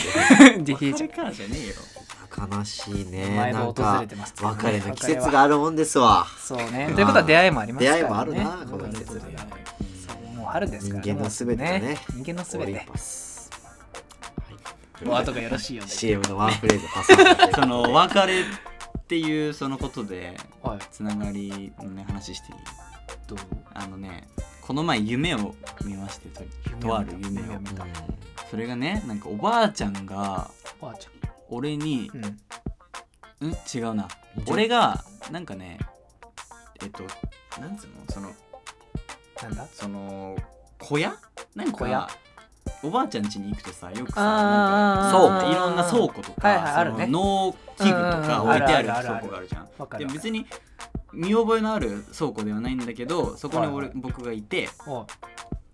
ジェヒーちゃん
からじゃねえよ。
悲しいね
毎
な
度
んか
訪れてます
別れの季節があるもんですわ
そうねということは出会いもありますからね
出会いもあるなこの季節
うんそうもう春ですから
人間のすべてだね
人間のすべ
オリン
て
パス
お後がよろしいようで
CM のワンフレーズ挟んで
そのお別れっていうそのことで
はい
つながりのね話していい
どう
あのねこの前夢を見ましてととある夢を
夢を見た
それがねなんかおばあちゃんが
おばあちゃ
俺に
んうん
うん違うな俺がなんかねえっとなんつうのその
なんだ
その小屋なんか
小屋
おばあちゃん家に行くとさよくさ
あー
あーあ
なん
ー
か
あー
いろんな倉庫と
はいはいあ
か
る
そ
ね
の農機具と
う
か
んうん
置いてあ
あ
る
るあるある
倉庫があるじゃん。
わかる
で
わかる
別に見覚えのある倉庫ではないんだけどそこに
はい
俺
はい
僕がいて
お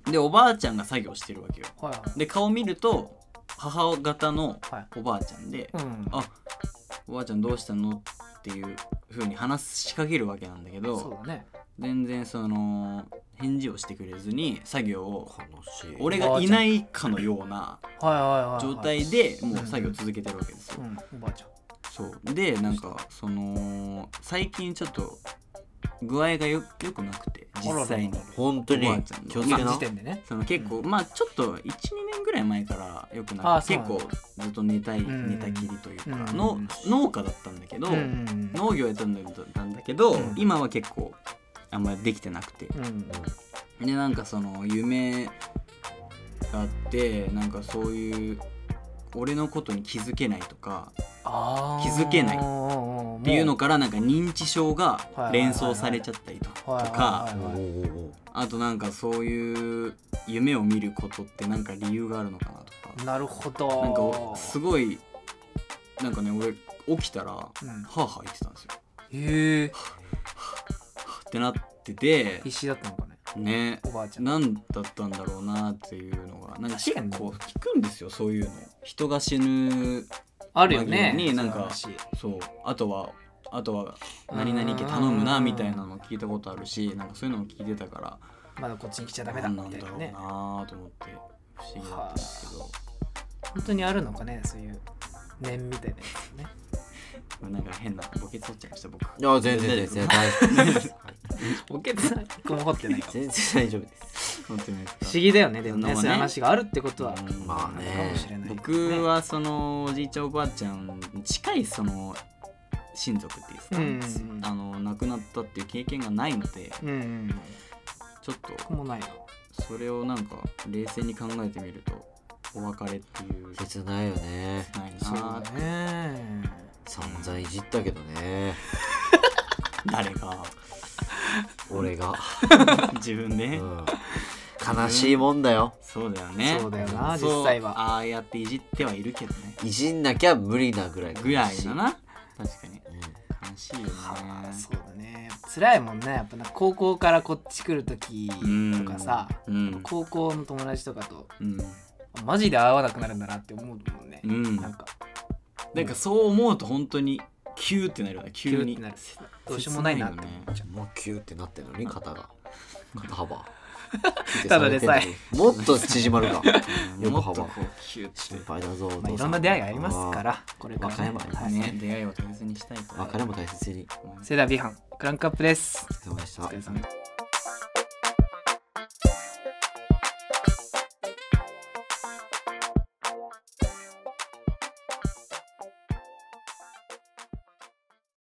い
でおばあちゃんが作業してるわけよ。
はいはい
で顔見ると母方の
はい
おばあちゃんで
うん
あ「おばあちゃんどうしたの?」っていう風に話しかけるわけなんだけ
そう
ど
だね
全然その返事をしてくれずに作業を
しい
俺がいないかのような
はいはいはいはい
状態でもう作業続けてるわけです
う
よ。
んおばあちゃん
そうでなんかその最近ちょっと具合がよよくなくて実際に
あらら
本当
おばあ
に
ちゃんの
気をつけ
今
な
時点でね
その結構、まあちょっと12年ぐらい前からよく
あ
な
あ
って
そうな
結
んだ
構ずっと寝たい、
ん
寝たきりというか、
うん
の農家だったんだけど、
うん
農業やったんだけどなんだけど、
うん
今は結構あんまりできてなくて、
うん
でなんかその夢があってなんかそういう俺のことに気づけないとか
あー
気づけない
っ
っていうのからなんか認知症が
いはいはい
連想されちゃったりとと
はいはい
か
はいはい
あとなんかそういう夢を見ることってなんか理由があるのかなとか。
なるほど
なんかおすごいなんかね俺起きたら歯
うん
吐いてたんですよ。
へえ
ってなってて
必死だったのかね
ね
おばあちゃん
何だったんだろうなっていうのがなんか結
確かに
構聞くんですよそういうの。人が死ぬ
あるよね
紛れになんか
そうだし
そうあとはあとは何々家頼むなみたいなの聞いたことあるしなんかそういうのも聞いてたから
まだこっちに来ちゃダメだ
何
み
なん
た
だ
いな
ろう
ね
なと思って不思議だったんですけど。
本当にあるのかねそういう念みたいなやつね
なんか変なボケ取っちゃいました僕。
いや全然全然大丈夫です
ボケてない個も掘ってないかも
全然大丈夫です
本当にです
不
か
思議だよねでもね
そんなもんね
そういう話があるってことは
うん
まあ
か
ね
もしれない
僕はそのおじいちゃんおばあちゃんに近いその親族っていうんですか、
うんうんうん
あの亡くなったっていう経験がないので
うんうん
ちょっ
僕もないな
とそれをなんか冷静に考えてみるとお別れっていう
切ないよね
ないな
そう
ー
だね
散々いじったけどね
誰が
俺が、
自分
う
で
ん、悲しいもんだよ
そうだよね
そうだよな
そう
実際は
ああやっていじってはいるけどね
いじんなきゃ無理なぐらい
ぐらいだな確かに
うん
悲しいよね
はあそうだね辛いもんねやっぱな高校からこっち来る時とかさ
うん
高校の友達とかと
うん
マジで会わなくなるんだなって思うもんね
うん
なんか
なんかそう思うと本当にキューってなるよね急
急
に
になるどうしようもないなって思っちゃう
もうキューってなってるのに肩が肩幅
ただでさえ
もっと 縮まるか
うん
横
もっ
幅
とこうキューって
心配だぞ、お父
ま
さ
あいろんな出会いがありますからこれから
和歌
ね
山
はい
ね、出会いを大切にしたいと
あー別れも大切に
それでは美飯クランクアップです
お疲れ様でし
お
た
疲れ様です